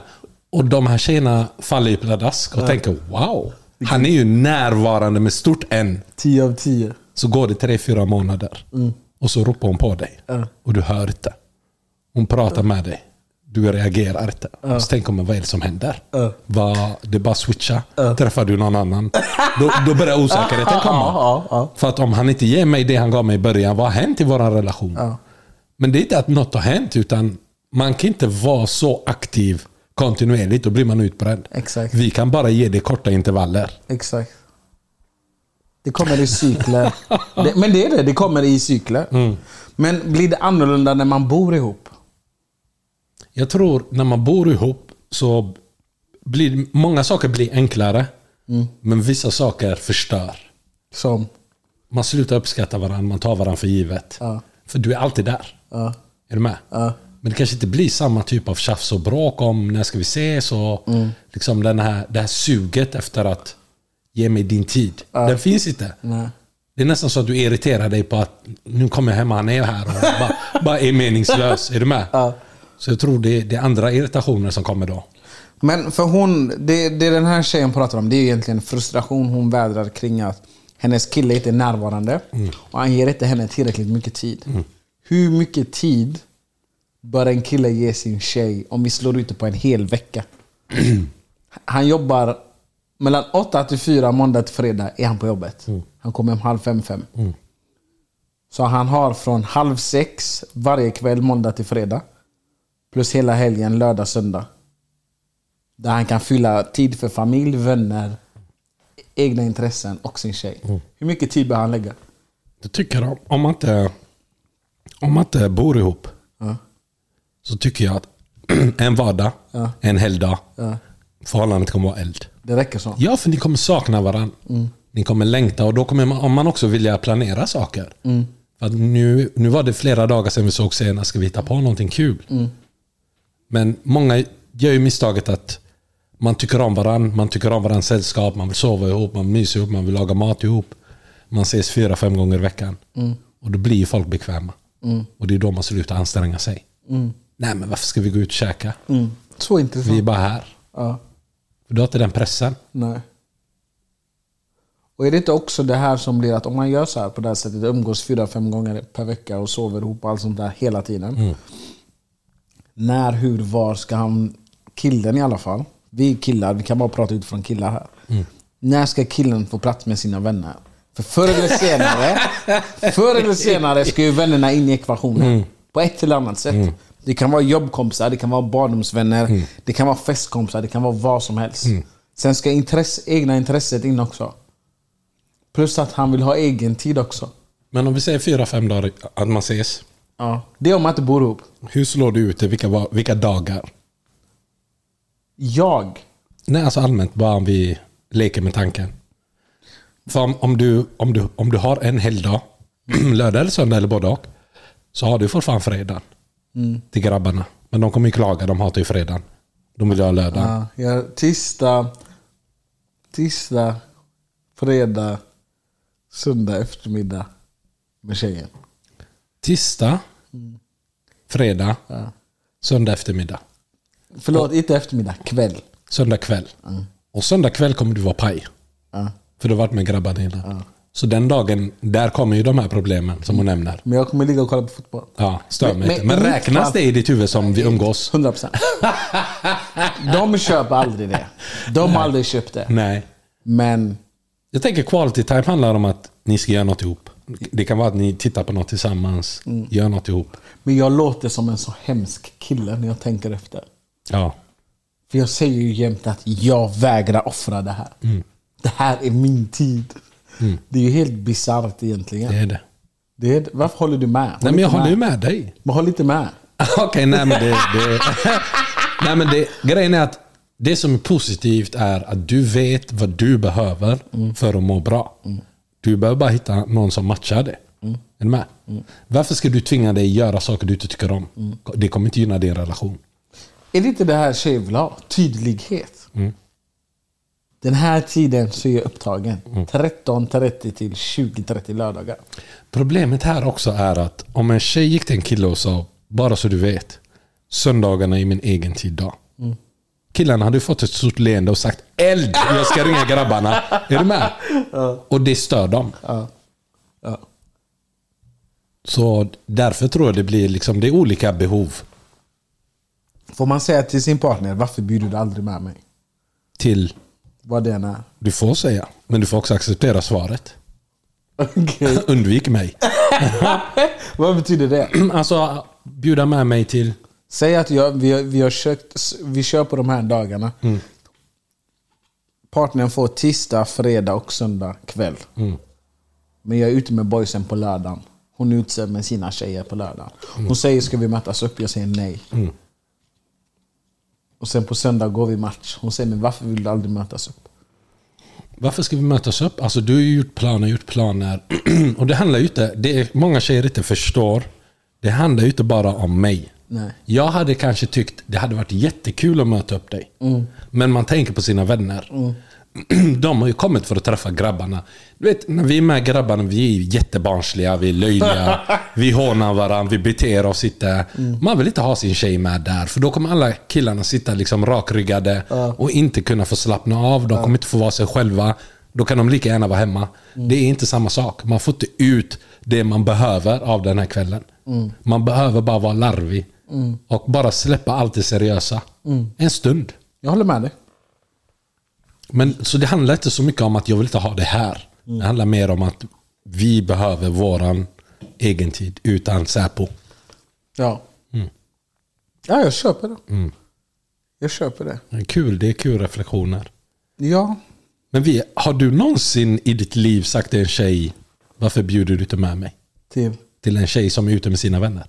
C: Och de här tjejerna faller i pladask och tänker wow. Han är ju närvarande med stort N.
B: 10 av 10.
C: Så går det tre, fyra månader.
B: Mm.
C: Och så ropar hon på dig. Och du hör inte. Hon pratar med dig. Du reagerar inte. Så tänker man, vad är det som händer? Vad, det bara switcha. Träffar du någon annan? Då, då börjar osäkerheten komma.
B: Ja, ja.
C: För att om han inte ger mig det han gav mig i början, vad har hänt i vår relation? Men det är inte att något har hänt, utan man kan inte vara så aktiv kontinuerligt. Då blir man utbränd.
B: Exakt.
C: Vi kan bara ge det korta intervaller.
B: Exakt. Det kommer i cykler. det, men det är det, det kommer i cykler. Men blir det annorlunda när man bor ihop?
C: Jag tror när man bor ihop så blir många saker blir enklare. Men vissa saker förstör.
B: Som?
C: Man slutar uppskatta varandra, man tar varandra för givet. För du är alltid där. Är du med? Men det kanske inte blir samma typ av tjafs och bråk om när ska vi ses och liksom den här, det här suget efter att ge mig din tid. Den finns inte. Det är nästan så att du irriterar dig på att nu kommer jag hem och han är här och bara, bara är meningslös. Är du med? Så jag tror det, det är andra irritationer som kommer då.
B: Men för hon, det, det den här tjejen pratar om, det är ju egentligen frustration hon vädrar kring att hennes kille inte är närvarande och han ger inte henne tillräckligt mycket tid. Hur mycket tid bör en kille ge sin tjej om vi slår ut det på en hel vecka? han jobbar mellan 8 till 4 måndag till fredag är han på jobbet. Han kommer hem halv fem, fem. Så han har från halv sex varje kväll måndag till fredag. Plus hela helgen lördag, söndag. Där han kan fylla tid för familj, vänner, egna intressen och sin tjej. Hur mycket tid bör han lägga?
C: Jag tycker om, om, man inte, om man inte bor ihop Så tycker jag att en vardag, en helgdag, förhållandet kommer vara eld.
B: Det räcker så.
C: Ja, för ni kommer sakna varandra. Ni kommer längta och då kommer man, om man också vilja planera saker. För att nu, nu var det flera dagar sedan vi såg senast, ska vi hitta på någonting kul? Men många gör ju misstaget att man tycker om varandra, man tycker om varandras sällskap, man vill sova ihop, man myser ihop, man vill laga mat ihop. Man ses fyra, fem gånger i veckan. Och då blir ju folk bekväma. Och det är då man slutar anstränga sig. Nej men varför ska vi gå ut och käka?
B: Så intressant.
C: Vi är bara här.
B: Ja.
C: För du har inte den pressen.
B: Nej. Och är det inte också det här som blir att om man gör så här på det här sättet, umgås fyra, fem gånger per vecka och sover ihop och allt sånt där hela tiden. När, hur, var ska han, killen i alla fall, vi är killar, vi kan bara prata utifrån killar här. När ska killen få plats med sina vänner? För förr eller senare, förr eller senare ska ju vännerna in i ekvationen. På ett eller annat sätt. Det kan vara jobbkompisar, det kan vara barndomsvänner, det kan vara festkompisar, det kan vara vad som helst. Sen ska intresse, egna intresset in också. Plus att han vill ha egen tid också.
C: Men om vi säger fyra, fem dagar att man ses.
B: Ja. Det är om man inte bor ihop.
C: Hur slår du ut det? Vilka, var- vilka dagar?
B: Jag.
C: Nej, alltså allmänt bara om vi leker med tanken. För om, om, du, om, du, om du har en helgdag, lördag eller söndag eller både och, så har du för fan fredagen till grabbarna. Men de kommer ju klaga, de hatar ju fredagen. De vill ju ha lördagen.
B: Ja, jag tisdag, tisdag, fredag, söndag eftermiddag med tjejen.
C: Tisdag, fredag, söndag eftermiddag,
B: Förlåt, inte eftermiddag, kväll.
C: söndag kväll. Och söndag kväll kommer du vara paj. För du har varit med grabbarna innan. Så den dagen, där kommer ju de här problemen som hon nämner.
B: Men jag kommer ligga och kolla på fotboll.
C: Ja, stör
B: Men-
C: mig inte.
B: men-
C: Men
B: men-
C: räknas det i ditt huvud som vi umgås?
B: 100%. De köper aldrig det. De har aldrig köpt det.
C: Nej.
B: Men
C: Jag tänker quality time handlar om att ni ska göra något ihop. Det kan vara att ni tittar på något tillsammans,
B: Mm.
C: gör något ihop.
B: Men jag låter som en så hemsk kille när jag tänker efter.
C: Ja.
B: För jag säger ju jämt att jag vägrar offra det här.
C: Mm.
B: Det här är min tid. Det är ju helt bisarrt egentligen.
C: Det är det.
B: Det är, varför håller du med? Håll
C: Nej, men jag
B: inte
C: håller ju med dig.
B: Men håll inte med.
C: Okej, nej men det... det nej, men det grejen är att det som är positivt är att du vet vad du behöver för att må bra. Du behöver bara hitta någon som matchar det. Är du med? Varför ska du tvinga dig göra saker du inte tycker om? Det kommer inte gynna din relation.
B: Är det inte det här tjejer vill ha? Tydlighet.
C: Mm.
B: Den här tiden så är jag upptagen.
C: Mm.
B: 13.30 till 20.30 lördagar.
C: Problemet här också är att om en tjej gick till en kille och sa bara så du vet, söndagarna är min egen tid då.
B: Mm.
C: Killarna hade ju fått ett stort leende och sagt eld, jag ska ringa grabbarna. Är du med? Och det stör dem.
B: Ja.
C: Så därför tror jag det blir liksom, det är olika behov
B: Får man säga till sin partner, varför bjuder du aldrig med mig?
C: till,
B: Vad det än är.
C: du får säga, men du får också acceptera svaret.
B: Okej.
C: Undvik mig.
B: Vad betyder det?
C: Alltså, bjuda med mig till...
B: Säg att jag, vi, har- vi, har kökt, vi kör på de här dagarna. Partnern får tisdag, fredag och söndag kväll. Men jag är ute med boysen på lördagen. Hon är ute med sina tjejer på lördagen. Hon säger ska vi mötas upp? Jag säger nej. Och sen på söndag går vi match. Hon säger men varför vill du aldrig mötas upp?
C: Varför ska vi mötas upp? Alltså du har ju gjort planer, gjort planer. och det handlar ju inte, det är, många tjejer inte förstår. Det handlar ju inte bara om mig.
B: Nej.
C: Jag hade kanske tyckt det hade varit jättekul att möta upp dig. Men man tänker på sina vänner. Mm, De har ju kommit för att träffa grabbarna. Du vet, när vi är med grabbarna, vi är jättebarnsliga, vi är löjliga, vi hånar varandra, vi beter oss inte. Man vill inte ha sin tjej med där, för då kommer alla killarna sitta liksom rakryggade och inte kunna få slappna av. De kommer inte få vara sig själva. Då kan de lika gärna vara hemma. Det är inte samma sak. Man får inte ut det man behöver av den här kvällen. Man behöver bara vara larvig och bara släppa allt det seriösa. En stund.
B: Jag håller med dig.
C: Men, så det handlar inte så mycket om att jag vill inte ha det här. Det handlar mer om att vi behöver våran egen tid utan Säpo.
B: Ja. Ja, jag köper det. Jag köper det.
C: Det är Kul, det är kul reflektioner.
B: Ja,
C: Men vi, har du någonsin i ditt liv sagt till en tjej, varför bjuder du inte med mig?
B: till
C: Till en tjej som är ute med sina vänner.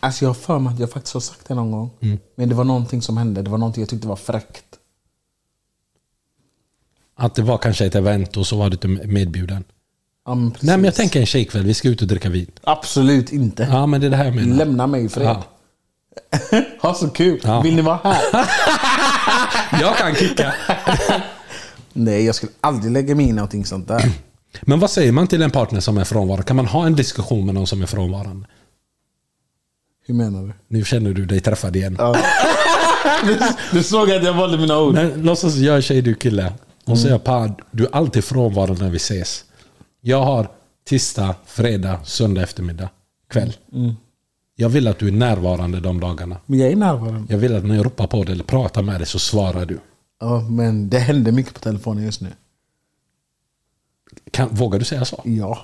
B: Alltså jag har för mig att jag faktiskt har sagt det någon gång. Men det var någonting som hände. Det var någonting jag tyckte var fräckt.
C: Att det var kanske ett event och så var du inte medbjuden.
B: Ja, men precis.
C: Nej men jag tänker en tjejkväll, vi ska ut och dricka vin.
B: Absolut inte.
C: Ja men det är det här jag menar.
B: Lämna mig i fred.
C: Ja.
B: ha så kul.
C: Ja.
B: Vill ni vara här?
C: Jag kan kicka.
B: Nej, jag skulle aldrig lägga mig i någonting sånt där.
C: Men vad säger man till en partner som är frånvarande? Kan man ha en diskussion med någon som är frånvarande?
B: Hur menar du?
C: Nu känner du dig träffad igen.
B: Du såg att jag valde mina ord.
C: Men låtsas jag är tjej, du är kille. Och så är jag par, du är alltid frånvarande när vi ses. Jag har tisdag, fredag, söndag eftermiddag, kväll. Jag vill att du är närvarande de dagarna.
B: Men jag är närvarande.
C: Jag vill att när jag ropar på dig eller pratar med dig så svarar du.
B: Ja, men det händer mycket på telefonen just nu.
C: Kan, vågar du säga så?
B: Ja.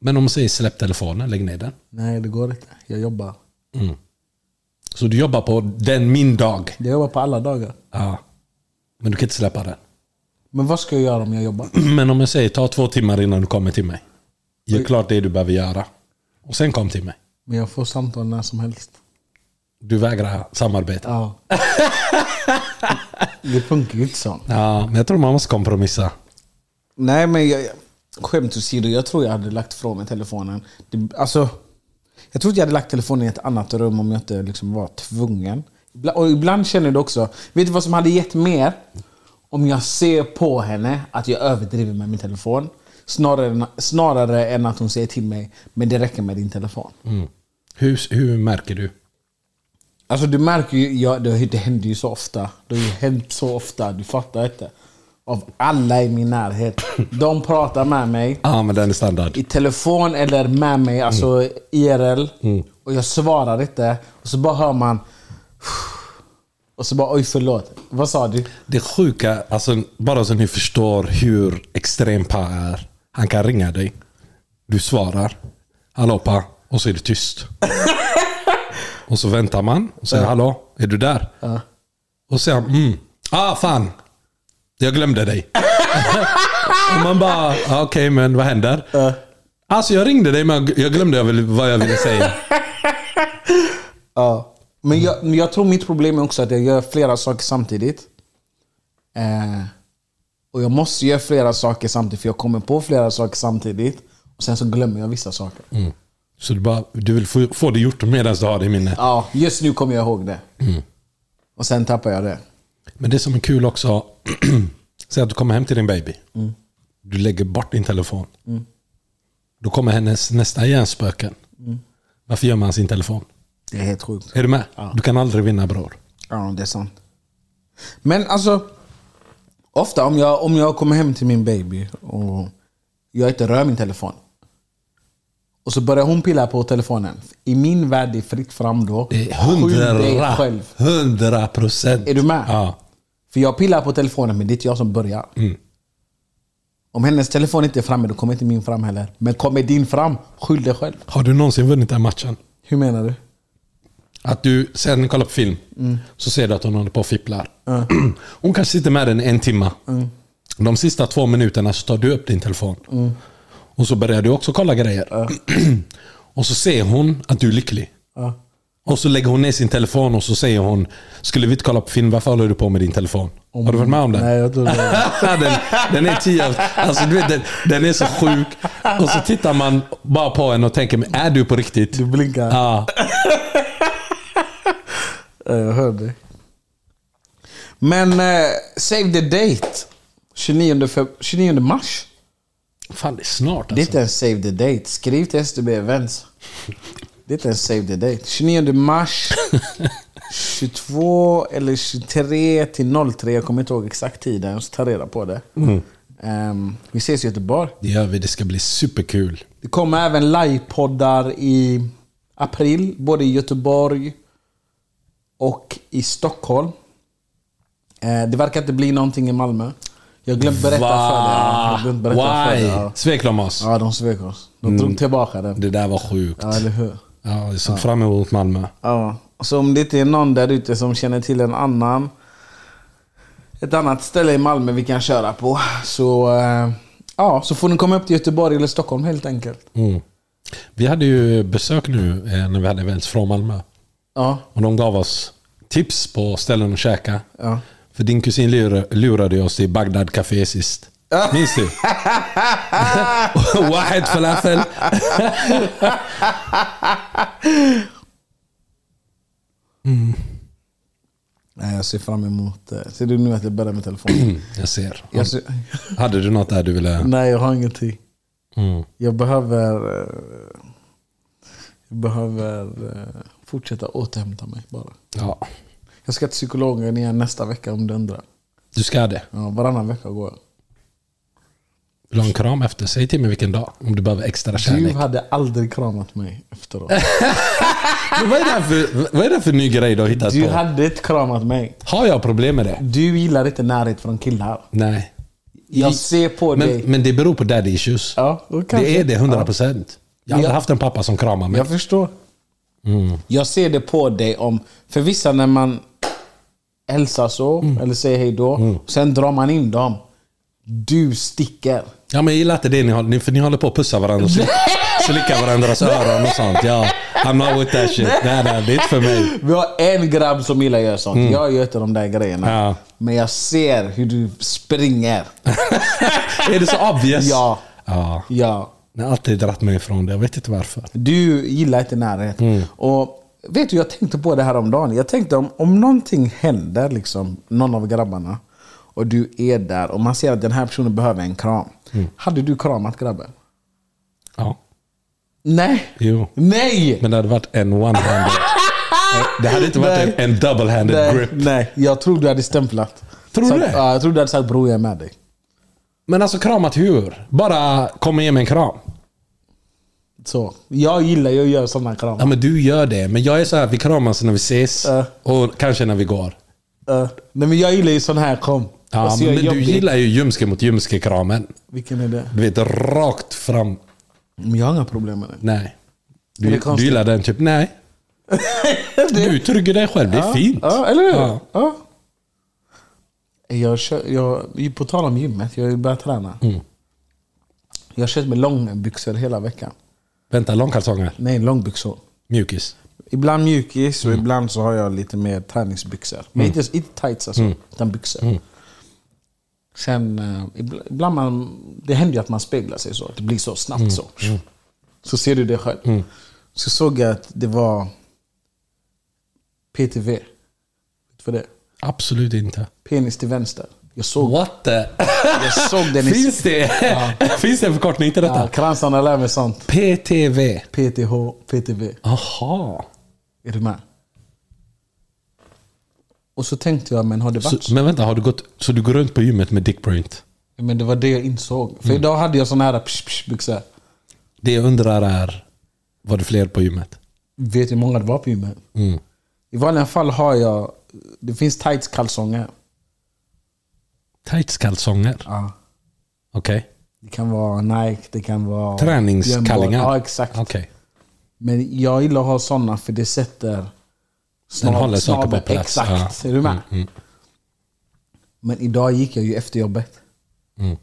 C: Men om man säger släpp telefonen, lägg ner den.
B: Nej, det går inte. Jag jobbar.
C: Så du jobbar på den min dag.
B: Jag jobbar på alla dagar.
C: Ja. Men du kan inte släppa den.
B: Men vad ska jag göra om jag jobbar?
C: Men om jag säger ta två timmar innan du kommer till mig. Gör klart det du behöver göra. Och sen kom till mig.
B: Men jag får samtal när som helst.
C: Du vägrar samarbeta.
B: Ja. det funkar ju inte så.
C: Ja, men jag tror man måste kompromissa.
B: Nej men jag, jag- skämt åsido, jag tror jag hade lagt ifrån mig telefonen. Det, alltså, jag tror att jag hade lagt telefonen i ett annat rum om jag inte liksom var tvungen. Ibla- Och ibland känner du också, vet du vad som hade gett mer? Om jag ser på henne att jag överdriver med min telefon. Snarare, än- snarare än att hon säger till mig, men det räcker med din telefon.
C: Hur, hur märker du?
B: Alltså du märker ju, ja, det, det händer ju så ofta. Det har ju hänt så ofta, du fattar inte. Av alla i min närhet. De pratar med mig.
C: Ja, men den är standard.
B: i telefon eller med mig, alltså IRL. Och jag svarar inte. Och så bara hör man... Och så bara oj förlåt, vad sa du?
C: Det sjuka, alltså, bara så ni förstår hur extrem Pa är. Han kan ringa dig. Du svarar. Hallå Pa. Och så är det tyst. och så väntar man. Och säger hallå, är du där? Och så säger han mm. Ah fan. Jag glömde dig. och man bara, ah, okej men vad händer? Alltså jag ringde dig men jag glömde jag ville- vad jag ville säga.
B: Ja. Men jag, men jag tror mitt problem är också att jag gör flera saker samtidigt. Eh, och jag måste göra flera saker samtidigt för jag kommer på flera saker samtidigt. Och Sen så glömmer jag vissa saker.
C: Så du, bara, du vill få, få det gjort medan du har det i minnet.
B: Ja, just nu kommer jag ihåg det. Och sen tappar jag det.
C: Men det som är kul också, säg att du kommer hem till din baby.
B: Mm.
C: Du lägger bort din telefon. Då kommer hennes nästa hjärnspöken.
B: Mm.
C: Varför gömmer han sin telefon?
B: Det är helt sjukt.
C: Är du med? Du kan aldrig vinna bror.
B: Ja, det är sant. Men alltså, ofta om jag, om jag kommer hem till min baby och jag inte rör min telefon. Och så börjar hon pilla på telefonen. I min värld är det fritt fram då.
C: Det är
B: Skyll dig
C: Hundra,
B: själv.
C: hundra procent.
B: Är du med?
C: Ja.
B: För jag pillar på telefonen men det är inte jag som börjar.
C: Mm.
B: Om hennes telefon inte är framme då kommer inte min fram heller. Men kommer din fram, skyll dig själv.
C: Har du någonsin vunnit den matchen?
B: Hur menar du?
C: Att du sen kollar på film, så ser du att hon håller på och fipplar. Hon kanske sitter med den en timme.
B: Mm.
C: De sista två minuterna så tar du upp din telefon.
B: Mm.
C: Och så börjar du också kolla grejer. och så ser hon att du är lycklig. Och så lägger hon ner sin telefon och så säger hon Skulle vi inte kolla på film, varför håller du på med din telefon? Har du varit med om det?
B: Nej, jag tror det.
C: den, den är tio av- alltså, du vet, den, den är så sjuk. Och så tittar man bara på henne och tänker, men är du på riktigt?
B: Du blinkar.
C: Ja.
B: Ja, Jag hör dig. Men eh, save the date. 29, feb- 29 mars. alltså.
C: Fan, det är snart alltså.
B: Det är inte ens save the date. Skriv till STB Events. Det är inte ens save the date. 29 mars 22 eller 23 till 03. Jag kommer inte ihåg exakt tiden. Så ta reda på det. Ehm, vi ses i Göteborg.
C: Det gör vi. Det ska bli superkul.
B: Det kommer även livepoddar i april. Både i Göteborg och i Stockholm. Eh, det verkar inte bli någonting i Malmö. Jag har glömt berätta för dig. Jag har glömt berätta för dig.
C: Why?
B: Ja.
C: Svek de oss?
B: ja, de svek oss. De drog tillbaka den.
C: Det där var sjukt.
B: Ja, eller hur?
C: Ja, jag såg fram emot Malmö.
B: Ja. Så om det inte är någon där ute som känner till en annan ett annat ställe i Malmö vi kan köra på. Så, eh, ja, så får ni komma upp till Göteborg eller Stockholm helt enkelt.
C: Mm. Vi hade ju besök nu eh, när vi hade events från Malmö.
B: Ja.
C: Och de gav oss tips på ställen att käka.
B: Ja.
C: För din kusin lura- lurade oss till Bagdad Café sist. Minns du? Wahed falafel.
B: Nej, jag ser fram emot... eh, Ser du nu att jag börjar med telefonen?
C: Mm, Jag ser.
B: jag ser,
C: Hade du något där du ville...
B: nej, jag har ingenting.
C: Mm.
B: Jag behöver... eh, Jag behöver eh, fortsätta återhämta mig bara.
C: Ja.
B: Jag ska till psykologen igen nästa vecka om du undrar.
C: Du ska det.
B: Ja, varannan vecka går jag.
C: Vill du ha en kram efter? Säg till mig vilken dag. Om du behöver extra
B: Du
C: kärlek.
B: hade aldrig kramat mig efteråt.
C: Men vad, är det här för, vad är det här för ny grej du har hittat
B: Du
C: på?
B: hade inte kramat mig.
C: Har jag problem med det?
B: Du gillar inte närhet från killar.
C: Nej.
B: Jag ser på
C: men,
B: dig.
C: men det beror på daddy issues.
B: Ja, och kanske.
C: det är det, 100%. procent. Jag har aldrig
B: Ja.
C: haft en pappa som kramar mig.
B: Jag förstår.
C: Mm.
B: Jag ser det på dig om... För vissa när man hälsar så,
C: Mm.
B: eller säger hej då, sen drar man in dem. Du sticker.
C: Ja, men jag gillar inte det, ni håller, för ni håller på att pussa varandra och slick- slicka varandras öron och sånt. Ja, I'm not with that shit. Nej, nej, det är inte för mig.
B: Vi har en grabb som gillar att göra sånt. Jag gör inte de där grejerna.
C: Mm. Ja.
B: Men jag ser hur du springer.
C: Är det så obvious?
B: Ja.
C: ja.
B: Ja.
C: Jag har alltid dragit mig ifrån det. Jag vet inte varför.
B: Du gillar inte närhet.
C: Mm.
B: Och vet du, jag tänkte på det här om dagen. Jag tänkte om, om någonting händer, liksom, någon av grabbarna, och du är där och man ser att den här personen behöver en kram.
C: Mm.
B: Hade du kramat grabben?
C: Ja.
B: Nej!
C: Jo.
B: Nej!
C: Men det hade varit en one-handed. Det hade inte varit en,
B: Nej.
C: en double-handed
B: nej,
C: grip.
B: nej, jag tror du hade stämplat.
C: Tror du
B: Sagt,
C: det?
B: Ja, jag tror du hade sagt bror jag är med dig.
C: Men alltså kramat hur? Bara kom och ge mig en kram.
B: Så. Jag gillar ju att göra sådana
C: Ja
B: kramar.
C: men du gör det. Men jag är så här, vi kramas när vi ses.
B: Ja.
C: Och kanske när vi går.
B: Eh, nej men jag gillar ju sån här kom.
C: Ja,
B: Fast Alltså, jag
C: men
B: är
C: du
B: jobbig.
C: gillar ju ljumske mot ljumske-kramen.
B: Vilken är det?
C: Du vet, rakt fram.
B: Men jag har inga problem med det.
C: Nej.
B: Är det
C: Du, du
B: konstigt?
C: gillar den typ, nej. Du trygger dig själv, det är fint.
B: Ja, eller hur?
C: Ja.
B: Ja. Jag kör, jag, på tal om gymmet, jag har ju börjat träna. Jag har kört med långbyxor hela veckan.
C: Vänta, långkalsonger?
B: Nej, långbyxor.
C: Mjukis?
B: Ibland mjukis och ibland så har jag lite mer träningsbyxor. Men inte, inte tights alltså, utan byxor. Sen, eh, ibl- ibland man, det händer ju att man speglar sig så. Det blir så snabbt så. Så ser du det själv. Så såg jag att det var PTV. Vet du vad det är?
C: Absolut inte.
B: Penis till vänster. Jag såg,
C: What the?
B: jag såg den i...
C: Finns det, finns det en förkortning till detta?
B: Ja, kransarna lär mig sånt.
C: PTV.
B: PTH, PTV.
C: Aha.
B: Är du med? Och så tänkte jag, men har det varit
C: Så,
B: så?
C: men vänta, har du gått, så du går runt på gymmet med dickprint?
B: Men det var det jag insåg.
C: Mm.
B: För idag hade jag såna här psh, psh, byxor.
C: Det jag undrar är, var det fler på gymmet?
B: Vet hur många det var på gymmet?
C: Mm.
B: I vanliga fall har jag... Det finns tights kalsonger.
C: Tightskalsonger?
B: Ja.
C: Okej.
B: Det kan vara Nike, det kan vara...
C: Träningskallingar?
B: Ja, exakt.
C: Okej.
B: Men jag gillar att ha sådana för det sätter snab-
C: håller saker på
B: snabben.
C: plats.
B: Exakt,
C: Ja.
B: är
C: Mm,
B: du med? Men idag gick jag ju efter jobbet.
C: Mm.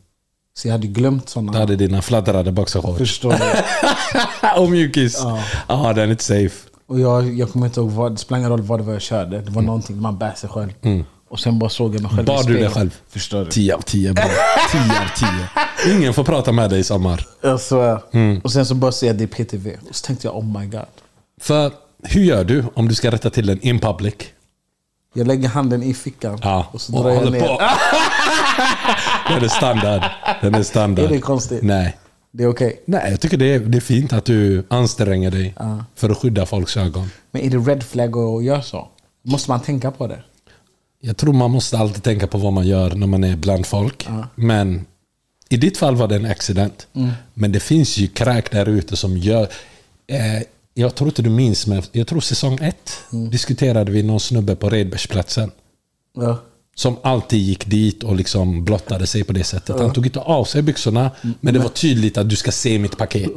B: Så jag hade glömt sådana.
C: Du hade dina fladdrade boxershorts.
B: Förstår du?
C: Och mjukis. Ja, den är inte safe.
B: Och jag, jag kommer inte ihåg vad, det spelar ingen roll vad det var jag körde. Det var någonting, man bär sig själv. Och sen bara såg jag mig själv i
C: Bad Mm. du dig
B: spegeln.
C: själv?
B: Förstår du?
C: 10 av 10 bra. 10 av 10. Ingen får prata med dig i sommar.
B: Jag svär.
C: Mm.
B: Och sen så bara ser jag det i PTV. Och så tänkte jag oh my god.
C: För hur gör du om du ska rätta till den in public?
B: Jag lägger handen i fickan
C: Ja,
B: och så drar jag
C: håller
B: ner.
C: på. Den är standard. Den är standard.
B: Är det konstigt?
C: Nej.
B: Det är okej.
C: Nej, jag tycker det är, det är fint att du anstränger dig för att skydda folks ögon.
B: Men är det red flag att göra så? Måste man tänka på det?
C: Jag tror man måste alltid tänka på vad man gör när man är bland folk. Men i ditt fall var det en accident. Men det finns ju kräk där ute som gör... Eh, jag tror inte du minns, men jag tror säsong ett diskuterade vi någon snubbe på Redbergsplatsen.
B: Ja.
C: Som alltid gick dit och liksom blottade sig på det sättet. Han tog inte av sig byxorna, men det var tydligt att du ska se mitt paket.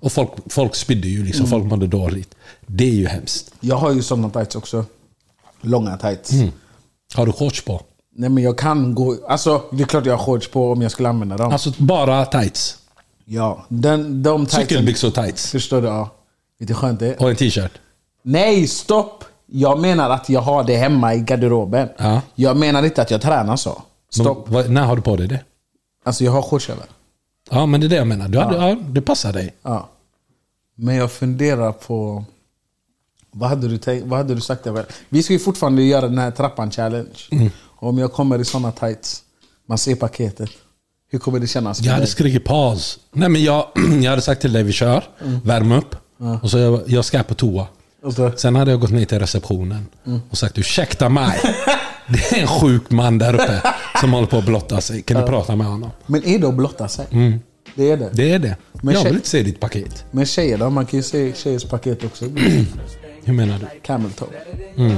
C: Och folk, folk spydde ju, liksom, folk mådde dåligt. Det är ju hemskt.
B: Jag har ju sådana tights också. Långa tights.
C: Mm. Har du shorts på?
B: Nej men jag kan gå... Alltså det är klart jag har shorts på om jag skulle använda dem.
C: Alltså bara tights.
B: ja. Den, de tightsen...
C: Cykelbyxor och tights.
B: Förstår du? Ja. Vet du hur skönt det är?
C: Och en t-shirt.
B: Nej, stopp! Jag menar att jag har det hemma i garderoben.
C: Ja.
B: Jag menar inte att jag tränar så.
C: Men
B: Stopp.
C: vad- när har du på dig det?
B: Alltså jag har shortsöver.
C: Ja, men det är det jag menar. Du hade, ja. det passar dig.
B: Ja. Men jag funderar på... Vad hade du, tänkt, vad hade du sagt? Där? Vi ska ju fortfarande göra den här trappan challenge. Om jag kommer i såna tights, man ser paketet. Hur kommer det kännas?
C: Jag hade
B: dig?
C: skrikit paus. Nej, men jag, jag hade sagt till dig vi kör, värm upp. Och så jag, jag ska på toa.
B: Och så-
C: Sen hade jag gått ner till receptionen och sagt ursäkta mig. Det är en sjuk man där uppe som håller på att blotta sig. Kan du prata med honom?
B: Men är det att blotta sig? Det är Mm. det.
C: Det är det.
B: Men
C: jag
B: check-
C: vill inte se ditt paket.
B: Men tjejer då? Man kan ju se tjejers paket också.
C: Hur menar du?
B: Camel toe. Mm.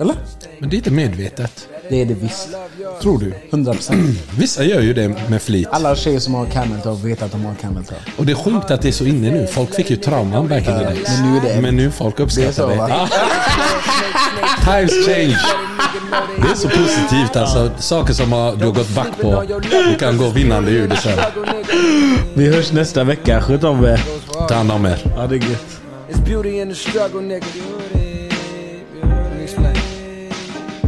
B: Eller?
C: Men det är inte medvetet.
B: Det är det visst.
C: Tror du?
B: 100%.
C: Vissa gör ju det med flit.
B: Alla tjejer som har camel toe vet att de har camel toe.
C: Och det är sjukt att det är så inne nu. Folk fick ju trauman back in the days.
B: Men nu är det-
C: Men nu folk
B: Det är så,
C: uppskattar det.
B: va?
C: Ja. Times change. Det är så positivt alltså. Saker som har, du har gått back på. Du kan gå vinnande ur det sen.
B: Vi hörs nästa vecka. Sköt om er.
C: Ta hand om er.
B: Ha det gött.
D: It's beauty in the struggle, nigga. Let me explain.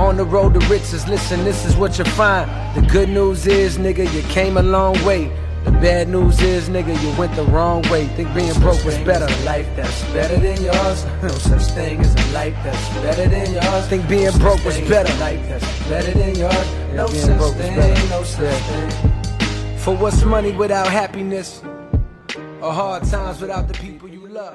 D: On the road to riches, listen, this is what you find. The good news is, nigga, you came a long way. The bad news is, nigga, you went the wrong way. Think being broke was better. Life that's better than yours. No such thing as a life that's better than yours. Think being broke was better. Life that's better than yours. No such thing. No such thing. For what's money without happiness? Or hard times without the people you love?